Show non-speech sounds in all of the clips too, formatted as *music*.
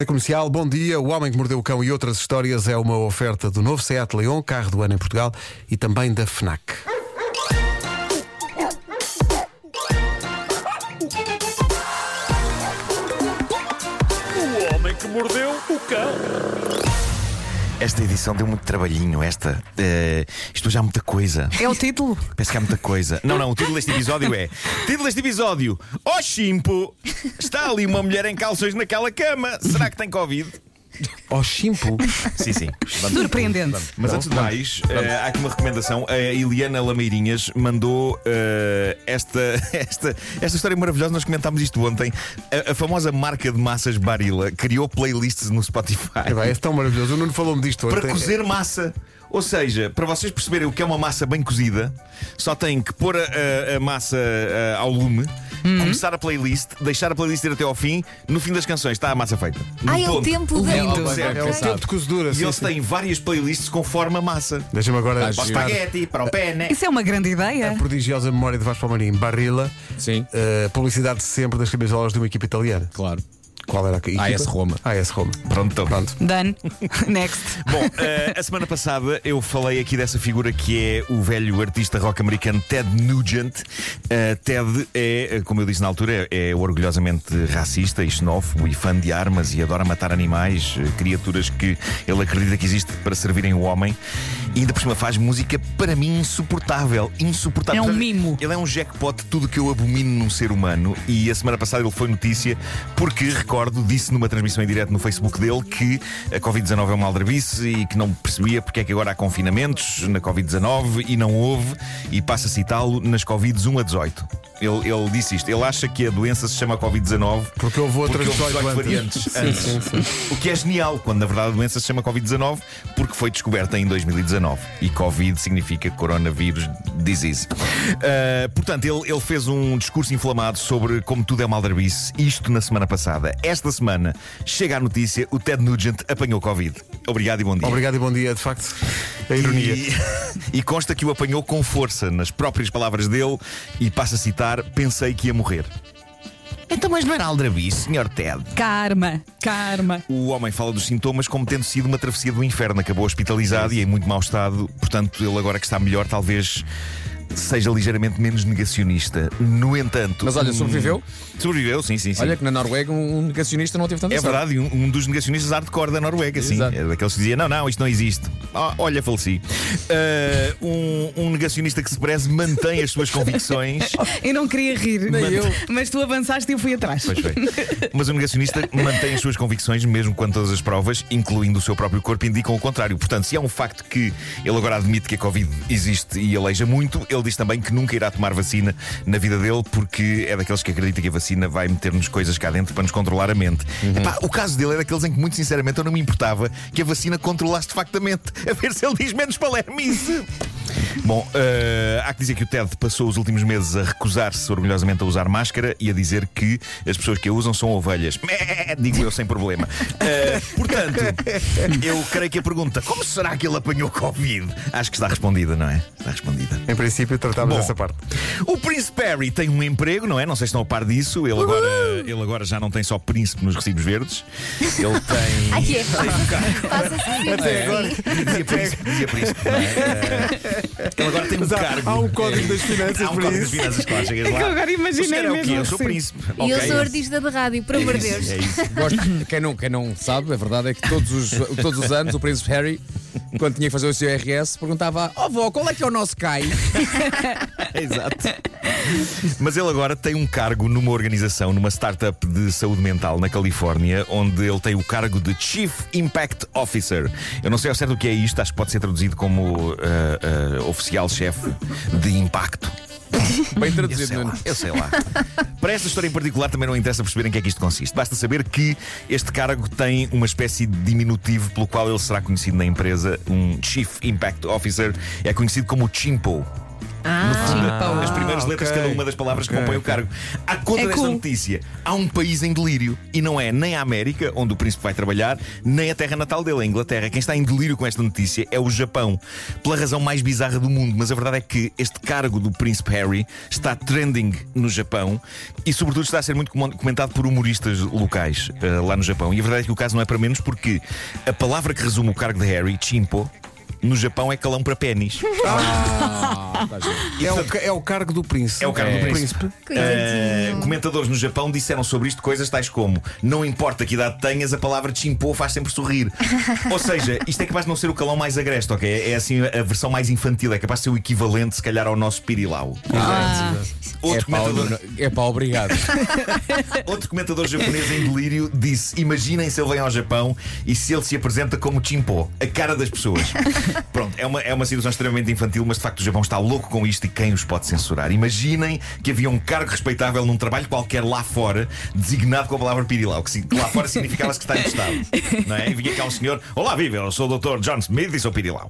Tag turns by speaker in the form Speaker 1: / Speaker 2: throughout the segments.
Speaker 1: Rádio Comercial, bom dia. O Homem que Mordeu o Cão e outras histórias é uma oferta do novo Seat Leon, carro do ano em Portugal, e também da FNAC.
Speaker 2: O homem que mordeu o cão.
Speaker 3: Esta edição deu muito trabalhinho. Esta. eh, isto já há muita coisa.
Speaker 4: É o título?
Speaker 3: Parece que há muita coisa. Não, não, o título deste episódio é. Título deste episódio: Ó Chimpo! Está ali uma mulher em calções naquela cama. Será que tem Covid?
Speaker 1: Ó
Speaker 3: *laughs*
Speaker 1: Chimpo,
Speaker 3: Sim, sim. Vamos-
Speaker 4: Surpreendente.
Speaker 3: Mas antes de mais, eh, há aqui uma recomendação. A Eliana Lameirinhas mandou eh, esta, *laughs* esta, esta história maravilhosa. Nós comentámos isto ontem. A, a famosa marca de massas Barilla criou playlists no Spotify.
Speaker 1: é, vai, é tão maravilhoso. O Nuno falou-me disto ontem.
Speaker 3: para cozer massa. Ou seja, para vocês perceberem o que é uma massa bem cozida, só têm que pôr a, a- a massa a, ao lume,
Speaker 5: Uhum.
Speaker 3: começar a playlist, deixar a playlist ir até ao fim, no fim das canções está a massa feita. No
Speaker 5: Ah, é o
Speaker 3: Um ponto.
Speaker 5: tempo da.
Speaker 4: Lindo.
Speaker 1: É o tempo de cozedura.
Speaker 3: E
Speaker 1: sim,
Speaker 3: eles
Speaker 1: sim.
Speaker 3: têm várias playlists conforme a massa.
Speaker 1: Deixa-me agora
Speaker 3: Para o
Speaker 1: buscar
Speaker 3: espaguete, para o né? pene.
Speaker 4: Isso é uma grande
Speaker 1: a
Speaker 4: ideia.
Speaker 1: prodigiosa memória de Vasco Palmarim. Barrila,
Speaker 6: Sim,
Speaker 1: eh, publicidade sempre das camisolas de uma equipa italiana.
Speaker 6: claro.
Speaker 1: Qual era a equipa?
Speaker 6: AS Roma.
Speaker 1: AS Roma.
Speaker 3: Pronto, então.
Speaker 1: Pronto.
Speaker 4: Done. *laughs* Next.
Speaker 3: Bom, eh, a semana passada eu falei aqui dessa figura que é o velho artista rock americano Ted Nugent. Eh, Ted é, eh, como eu disse na altura, é, é orgulhosamente racista e xenófobo e fã de armas e adora matar animais, eh, criaturas que ele acredita que existe para servirem o homem. E ainda por cima faz música para mim insuportável. Insuportável.
Speaker 4: É um
Speaker 3: Portanto,
Speaker 4: mimo.
Speaker 3: ele é um jackpot de tudo que eu abomino num ser humano e a semana passada ele foi notícia porque, recordo, disse numa transmissão em direto no Facebook dele que a Covid-19 é uma aldrabice e que não percebia porque é que agora há confinamentos na Covid-19 e não houve e passa a citá-lo nas Covid 1 a 18. Ele, ele disse isto. Ele acha que a doença se chama Covid-19
Speaker 1: Porque houve outras
Speaker 3: porque houve
Speaker 1: 18
Speaker 3: variantes
Speaker 1: antes.
Speaker 3: antes. O que é genial, quando na verdade a doença se chama Covid-19 porque foi descoberta em 2019. E Covid significa Coronavírus Disease. Uh, portanto, ele, ele fez um discurso inflamado sobre como tudo é maldarbice, isto na semana passada. Esta semana chega a notícia: o Ted Nugent apanhou Covid. Obrigado e bom dia.
Speaker 1: Obrigado e bom dia, de facto. A ironia.
Speaker 3: *laughs* E, e consta que o apanhou com força, nas próprias palavras dele, e passa a citar: pensei que ia morrer. Então, mas não era aldrabice, senhor Ted?
Speaker 4: Karma. Karma.
Speaker 3: O homem fala dos sintomas como tendo sido uma travessia do inferno. Acabou hospitalizado e em muito mau estado. Portanto, ele agora que está melhor, talvez seja ligeiramente menos negacionista. No entanto.
Speaker 6: Mas olha,
Speaker 3: hum,
Speaker 6: sobreviveu?
Speaker 3: Sobreviveu, sim, sim, sim.
Speaker 6: Olha que na Noruega um um negacionista não teve tanta
Speaker 3: É
Speaker 6: sorte.
Speaker 3: verdade, e um, um dos negacionistas hardcore da Noruega, sim.
Speaker 6: Exato.
Speaker 3: É daqueles que dizia: não, não, isto não existe. Ah, olha, faleci. Ah, um, um negacionista que se preze mantém as suas convicções.
Speaker 4: Eu não queria rir.
Speaker 6: Nem eu.
Speaker 4: Mas tu avançaste e eu fui atrás.
Speaker 3: Pois foi. Mas o negacionista mantém as suas convicções, mesmo quando todas as provas, incluindo o seu próprio corpo, indicam o contrário. Portanto, se é um facto que ele agora admite que a Covid existe e aleija muito, ele diz também que nunca irá tomar vacina na vida dele, porque é daqueles que acredita que a vacina vai meter-nos coisas cá dentro para nos controlar a mente. Epá, o caso dele é daqueles em que, muito sinceramente, eu não me importava que a vacina controlasse de facto a mente, a ver se ele diz menos palermice. Bom, eh, há que dizer que o Ted passou os últimos meses a recusar-se orgulhosamente a usar máscara e a dizer que as pessoas que a usam são ovelhas. Mé, digo eu
Speaker 1: *laughs*
Speaker 3: sem problema. Eh, portanto, eu creio que a pergunta como será que ele apanhou Covid? Acho que está respondida, não é? Está respondida.
Speaker 1: Em princípio, tratámos
Speaker 3: Bom.
Speaker 1: dessa parte.
Speaker 3: O Príncipe Harry tem um emprego, não é? Não sei se estão a par disso. Ele agora, ele agora já não tem só príncipe nos recibos verdes.
Speaker 1: *laughs*
Speaker 3: Ele tem. É,
Speaker 5: Ai,
Speaker 3: *laughs*
Speaker 5: é. Passa-se assim.
Speaker 3: Dizia príncipe, dizia príncipe.
Speaker 1: *laughs*
Speaker 3: não é? Eh, Ele agora tem um
Speaker 1: Mas há-
Speaker 3: cargo.
Speaker 1: há um código das finanças
Speaker 3: Há um
Speaker 1: para
Speaker 3: código
Speaker 1: isso.
Speaker 3: das finanças, claro, chegas
Speaker 4: É que eu
Speaker 3: lá.
Speaker 4: agora imaginei
Speaker 3: O senhor é o quê?
Speaker 4: mesmo
Speaker 3: Eu sou
Speaker 4: assim.
Speaker 3: príncipe.
Speaker 5: E eu
Speaker 3: Ok.
Speaker 5: sou artista de rádio, por
Speaker 3: É
Speaker 5: amor de
Speaker 3: isso,
Speaker 5: Deus.
Speaker 3: É isso.
Speaker 6: Gosto- Quem não, quem não sabe, a verdade é que todos os, todos os anos o Príncipe Harry, quando tinha que fazer o seu RS, perguntava: Ó vó, qual é que é o nosso CAI?
Speaker 3: *laughs* Exato. Mas ele agora tem um cargo numa organização, numa startup de saúde mental na Califórnia, onde ele tem o cargo de Chief Impact Officer. Eu não sei ao certo o que é isto, acho que pode ser traduzido como ah, ah, oficial-chefe de impacto.
Speaker 6: Bem
Speaker 3: Eu sei
Speaker 6: traduzido,
Speaker 3: lá,
Speaker 6: Nuno.
Speaker 3: eu sei lá. Para esta história em particular também não interessa perceber em que é que isto consiste. Basta saber que este cargo tem uma espécie de diminutivo pelo qual ele será conhecido na empresa. Um Chief Impact Officer é conhecido como Chimpo.
Speaker 4: Ah,
Speaker 3: no fim, as primeiras
Speaker 1: Ah,
Speaker 3: letras
Speaker 1: ok.
Speaker 3: de cada uma das palavras que
Speaker 1: Ok,
Speaker 3: compõem o
Speaker 1: ok.
Speaker 3: cargo. À conta
Speaker 4: É
Speaker 3: desta
Speaker 4: cool.
Speaker 3: notícia, há um país em delírio e não é nem a América, onde o príncipe vai trabalhar, nem a terra natal dele, é a Inglaterra. Quem está em delírio com esta notícia é o Japão, pela razão mais bizarra do mundo. Mas a verdade é que este cargo do príncipe Harry está trending no Japão e, sobretudo, está a ser muito comon- comentado por humoristas locais eh, lá no Japão. E a verdade é que o caso não é para menos porque a palavra que resume o cargo de Harry, chimpo, no Japão é calão para pênis.
Speaker 1: É o, ca- é o cargo do príncipe.
Speaker 3: É o cargo do Eh,
Speaker 5: Coitadinho.
Speaker 3: comentadores no Japão disseram sobre isto coisas tais como: não importa que idade tenhas, a palavra chimpô faz sempre sorrir. Ou seja, isto é capaz de não ser o calão mais agresto, ok? É, é assim a versão mais infantil, é capaz de ser o equivalente, se calhar, ao nosso pirilau. Outro
Speaker 6: É pá,
Speaker 3: comentador-
Speaker 6: não- é pá, obrigado.
Speaker 3: *laughs* Outro comentador japonês em delírio disse: Imaginem se ele vem ao Japão e se ele se apresenta como Chimpô, a cara das pessoas. Pronto, é uma, é uma situação extremamente infantil, mas de facto o Japão está louco com isto e quem os pode censurar? Imaginem que havia um cargo respeitável num trabalho qualquer lá fora, designado com a palavra pirilau, que, si- que lá fora significava secretário de Estado. Não é? E vinha cá um senhor: Olá, viva, eu sou o Dr. John Smith e sou pirilau.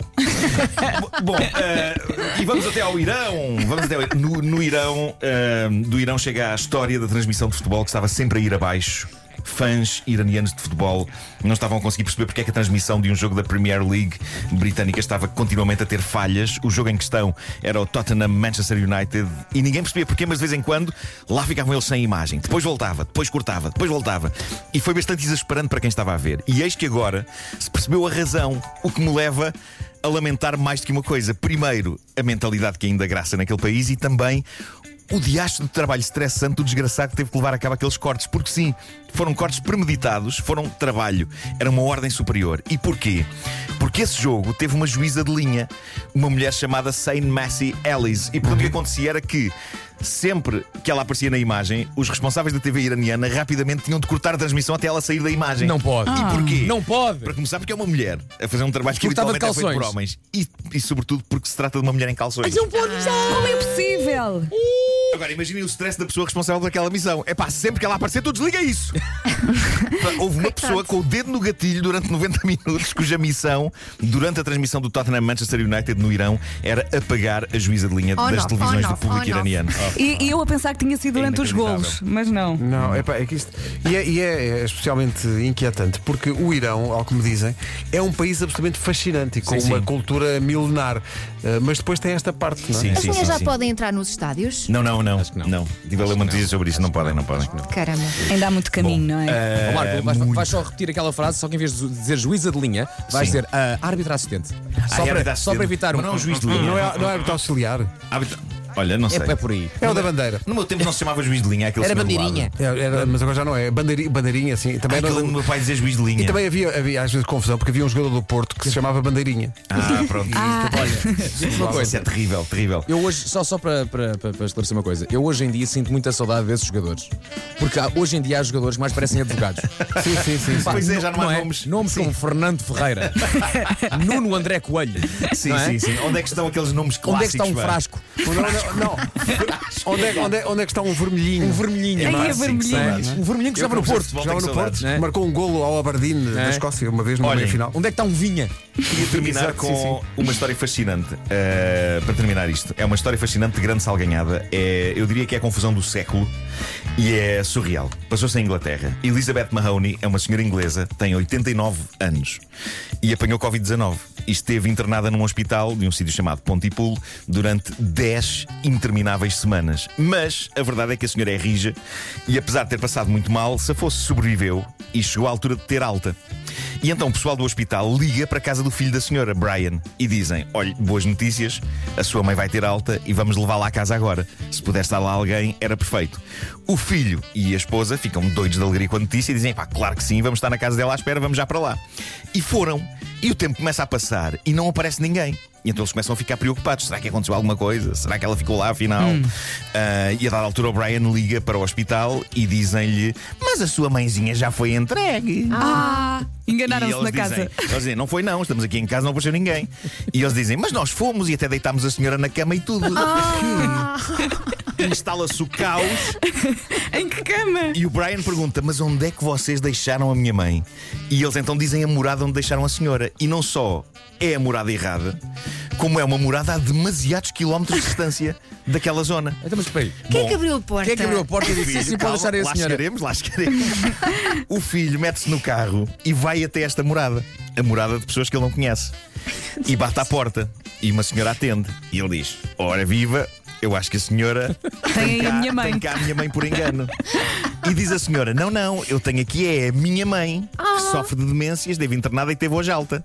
Speaker 3: Bom, eh, e vamos até ao Irão. Vamos até ao Irão. No, no Irão, eh, do Irão chega a história da transmissão de futebol que estava sempre a ir abaixo. Fãs iranianos de futebol não estavam a conseguir perceber porque é que a transmissão de um jogo da Premier League britânica estava continuamente a ter falhas. O jogo em questão era o Tottenham Manchester United e ninguém percebia porquê, mas de vez em quando lá ficavam eles sem imagem. Depois voltava, depois cortava, depois voltava. E foi bastante exasperante para quem estava a ver. E eis que agora se percebeu a razão, o que me leva a lamentar mais do que uma coisa. Primeiro, a mentalidade que ainda graça naquele país e também o diacho de trabalho estressante do desgraçado que teve que levar a cabo aqueles cortes. Porque sim, foram cortes premeditados, foram trabalho, era uma ordem superior. E porquê? Porque esse jogo teve uma juíza de linha, uma mulher chamada Saint Massey Ellis. E
Speaker 6: Uhum.
Speaker 3: portanto o que acontecia era que sempre que ela aparecia na imagem, os responsáveis da TV iraniana rapidamente tinham de cortar a transmissão até ela sair da imagem.
Speaker 6: Não pode. Ah.
Speaker 3: E porquê?
Speaker 6: Não pode.
Speaker 3: Para começar, porque é uma mulher a fazer um trabalho que
Speaker 6: Porque estava de
Speaker 3: habitualmente é feito por homens.
Speaker 6: calções.
Speaker 3: E, e, sobretudo porque se trata de uma mulher em calções.
Speaker 4: Como é possível?
Speaker 3: Agora imaginem o stress da pessoa responsável daquela missão. É pá, sempre que ela aparecer, tu desliga isso. Houve uma pessoa com o dedo no gatilho durante 90 minutos, cuja missão, durante a transmissão do Tottenham Manchester United no Irão, era apagar a juíza de linha
Speaker 5: On
Speaker 3: das
Speaker 5: off,
Speaker 3: televisões
Speaker 5: on
Speaker 3: do
Speaker 5: off, on
Speaker 3: público
Speaker 5: off.
Speaker 3: iraniano.
Speaker 4: E, e eu a pensar que tinha sido
Speaker 3: É
Speaker 4: durante os golos, mas não.
Speaker 1: Não, é pá, é que isto. E, é, e é- é especialmente inquietante, porque o Irão, ao que me dizem, é um país absolutamente fascinante e com
Speaker 3: Sim,
Speaker 1: uma
Speaker 3: sim.
Speaker 1: cultura milenar. Eh, mas depois tem esta parte, não é?
Speaker 3: Sim,
Speaker 5: As
Speaker 3: sim, sim.
Speaker 5: mulheres já
Speaker 3: sim.
Speaker 5: podem entrar nos estádios?
Speaker 3: Não, não, não.
Speaker 6: que não.
Speaker 3: não. Tive a ler uma notícia sobre isso. Não podem, não podem.
Speaker 5: Caramba.
Speaker 4: Ainda há muito caminho, não é?
Speaker 3: eh,
Speaker 6: Ó, Marco, vais,
Speaker 3: muito.
Speaker 6: vais só repetir aquela frase, só que em vez de dizer juíza de linha, vais
Speaker 3: Sim.
Speaker 6: dizer ah, árbitro assistente. Só,
Speaker 3: Ah,
Speaker 6: para,
Speaker 3: árbitro
Speaker 6: só para
Speaker 3: assistente.
Speaker 6: evitar um.
Speaker 3: Mas não é um juiz de linha.
Speaker 1: Não é, não é árbitro auxiliar,
Speaker 3: Habita- Olha, não
Speaker 6: É,
Speaker 3: sei.
Speaker 6: é por aí.
Speaker 1: é o da bandeira.
Speaker 3: No meu tempo não se chamava juiz de linha, aquele
Speaker 6: Era
Speaker 3: senhor do lado.
Speaker 6: bandeirinha.
Speaker 1: É, era- mas agora já não é. Bandeiri- bandeirinha, assim. Também
Speaker 3: Ai,
Speaker 1: era
Speaker 3: aquele do
Speaker 1: do-
Speaker 3: meu pai dizer juiz de linha.
Speaker 1: e
Speaker 6: Então,
Speaker 1: também havia, havia às vezes confusão, porque havia um jogador do Porto que se chamava Bandeirinha.
Speaker 3: Ah, pronto. Olha,
Speaker 6: uma coisa.
Speaker 3: Isso é terrível, terrível.
Speaker 6: Eu hoje, só, só para, para, para- para esclarecer uma coisa, eu hoje em dia sinto muita saudade desses jogadores. Porque há- hoje em dia há jogadores que mais parecem *laughs* advogados.
Speaker 1: Sim, sim, sim. sim.
Speaker 6: Pá,
Speaker 3: Pois é, já não há
Speaker 6: é?
Speaker 3: nomes.
Speaker 6: Nomes como Fernando *laughs* Ferreira, Nuno André Coelho.
Speaker 3: Sim,
Speaker 6: não é?
Speaker 3: sim, sim. Onde é que estão aqueles nomes clássicos?
Speaker 6: Onde é que está um
Speaker 3: pá?
Speaker 6: frasco?
Speaker 1: Não, não, não. Onde é, onde, é, onde é que está um vermelhinho?
Speaker 6: Um vermelhinho.
Speaker 4: Ai,
Speaker 6: não é?
Speaker 4: é
Speaker 3: sim,
Speaker 4: vermelhinho.
Speaker 6: Um vermelhinho que
Speaker 3: Eu
Speaker 6: estava no
Speaker 3: comecei a
Speaker 6: Porto.
Speaker 3: futebol,
Speaker 1: Jogava
Speaker 3: tenho
Speaker 1: no Porto,
Speaker 3: saudades.
Speaker 6: né?
Speaker 1: marcou um golo ao Aberdeen da
Speaker 6: É.
Speaker 1: Escócia uma vez numa
Speaker 3: Olhem,
Speaker 1: meia-final.
Speaker 6: Onde é que está um vinha?
Speaker 3: Queria terminar
Speaker 1: Exato,
Speaker 3: com
Speaker 1: sim,
Speaker 3: uma história fascinante. eh, para terminar isto, é uma história fascinante de grande salganhada. É, eu diria que é a confusão do século e é surreal. Passou-se em Inglaterra. Elizabeth Mahoney é uma senhora inglesa, tem 89 anos e apanhou Covid-19. E esteve internada num hospital de um sítio chamado Pontypool durante 10 intermináveis semanas. Mas a verdade é que a senhora é rija e, apesar de ter passado muito mal, se fosse sobreviveu e chegou à altura de ter alta. E então o pessoal do hospital liga para a casa do filho da senhora, Brian, e dizem: Olha, boas notícias, a sua mãe vai ter alta e vamos levá-la à casa agora. Se puder estar lá alguém, era perfeito. O filho e a esposa ficam doidos de alegria com a notícia e dizem: Pá, claro que sim, vamos estar na casa dela à espera, vamos já para lá. E foram. E o tempo começa a passar e não aparece ninguém. E então eles começam a ficar preocupados. Será que aconteceu alguma coisa? Será que ela ficou lá afinal? Ah, e a dada altura o Brian liga para o hospital e dizem-lhe: Mas a sua mãezinha já foi entregue.
Speaker 4: Ah,
Speaker 3: E
Speaker 4: enganaram-se na
Speaker 3: eles dizem,
Speaker 4: casa.
Speaker 3: eles dizem, não foi não, estamos aqui em casa, não apareceu ninguém. E eles dizem, mas nós fomos e até deitámos a senhora na cama e tudo. *laughs* instala-se o caos
Speaker 4: Em que cama?
Speaker 3: e o Brian pergunta: Mas onde é que vocês deixaram a minha mãe? E eles então dizem a morada onde deixaram a senhora. E não só é a morada errada, como é uma morada a demasiados quilómetros de distância daquela zona.
Speaker 6: Então, mas espera aí.
Speaker 5: Quem é
Speaker 3: Bom,
Speaker 5: que abriu a porta?
Speaker 6: Quem é que abriu a porta e disse
Speaker 3: Filho,
Speaker 6: "Sim, sim,
Speaker 3: calma,
Speaker 6: pode deixar aí a
Speaker 3: lá
Speaker 6: senhora?
Speaker 3: chegaremos, lá chegaremos. o filho mete-se no carro e vai até esta morada. A morada de pessoas que ele não conhece. E bate à porta. E uma senhora atende. E ele diz: Ora viva, eu acho que a senhora
Speaker 4: Tem aí a
Speaker 3: cá-
Speaker 4: minha mãe.
Speaker 3: Tem cá a minha mãe por engano. E diz a senhora: Não, não, eu tenho aqui é a minha mãe, que
Speaker 4: Ah.
Speaker 3: sofre de demências, deve internada e teve hoje alta.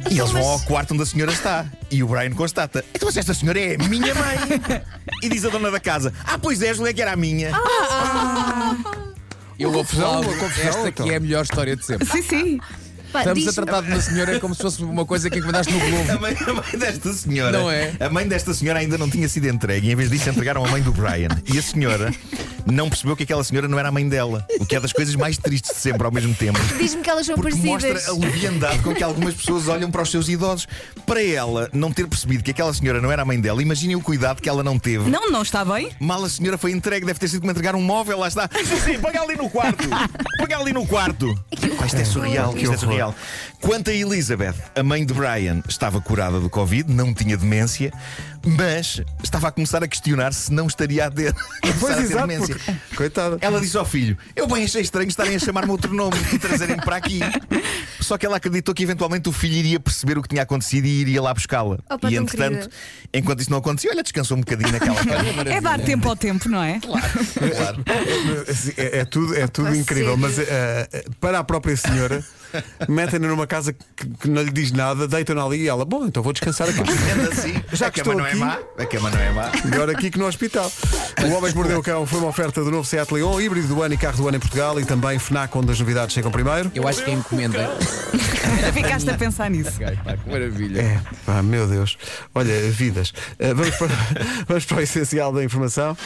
Speaker 4: Então,
Speaker 3: E eles vão ao quarto onde a senhora está. E o Brian constata: Então, mas esta senhora é a
Speaker 4: *laughs*
Speaker 3: minha mãe. e diz a dona da casa: Ah, pois é, Julia, que era a minha.
Speaker 6: Eu vou falar.
Speaker 1: uma confusão,
Speaker 6: Esta
Speaker 1: então.
Speaker 6: aqui é a melhor história de sempre.
Speaker 4: Sim, sim.
Speaker 5: Pá,
Speaker 6: Estamos a
Speaker 5: diz-
Speaker 6: tratar de uma senhora como se fosse uma coisa que encomendaste no
Speaker 3: A
Speaker 6: Globo.
Speaker 3: mãe, a mãe desta senhora.
Speaker 6: Não é?
Speaker 3: A mãe desta senhora ainda não tinha sido entregue. E em vez disso, entregaram a mãe do Brian. E a senhora não percebeu que aquela senhora não era a mãe dela. O que é das coisas mais tristes de sempre ao mesmo tempo.
Speaker 5: Diz-me que elas são
Speaker 3: Porque
Speaker 5: parecidas.
Speaker 3: mostra a leviandade com que algumas pessoas olham para os seus idosos. Para ela não ter percebido que aquela senhora não era a mãe dela, imaginem o cuidado que ela não teve.
Speaker 4: Não, não está bem?
Speaker 3: Mal a senhora foi entregue, deve ter sido como entregar um móvel, lá está. Sim, sim, põe ali no quarto. Põe ali no quarto. Pá, isto é surreal,
Speaker 1: Que
Speaker 3: isto é
Speaker 1: horror.
Speaker 3: surreal. Quanto a Elizabeth, a mãe de Brian, estava curada do Covid, não tinha demência, mas estava a começar a questionar se não estaria a ter, *laughs* começar a
Speaker 1: Pois
Speaker 3: ter
Speaker 1: exato,
Speaker 3: demência.
Speaker 1: porque- coitada.
Speaker 3: Ela disse ao filho: Eu bem achei estranho estarem a chamar-me outro nome e trazerem-me para aqui. Só que ela acreditou que eventualmente o filho iria perceber o que tinha acontecido e iria lá buscá-la.
Speaker 5: Opa, tão
Speaker 3: e entretanto,
Speaker 5: querida.
Speaker 3: enquanto isso não acontecia, olha, descansou um bocadinho naquela casa.
Speaker 4: É dar tempo ao tempo, não é?
Speaker 3: Claro.
Speaker 1: É, é tudo, é tudo
Speaker 5: Ah,
Speaker 1: incrível,
Speaker 5: sério?
Speaker 1: mas eh, eh, para a própria senhora, metem-na numa casa que, que não lhe diz nada, deitam-na ali e ela, bom, então vou descansar aqui.
Speaker 3: Sendo assim,
Speaker 1: Já
Speaker 3: a
Speaker 1: que
Speaker 3: cama
Speaker 1: estou
Speaker 3: não é
Speaker 1: aqui-
Speaker 3: má. A cama não é má.
Speaker 1: Melhor aqui que no hospital. O Homem que Mordeu o Cão foi uma oferta do novo Seat Leon, híbrido do ano e carro do ano em Portugal e também Fnac, onde as novidades chegam primeiro.
Speaker 6: Eu acho que é encomenda.
Speaker 4: *laughs* Ficaste a pensar nisso.
Speaker 6: Ok, pá, que maravilha.
Speaker 1: É, *laughs* pá, meu Deus. Olha, vidas. Eh, vamos, para, vamos para o essencial da informação.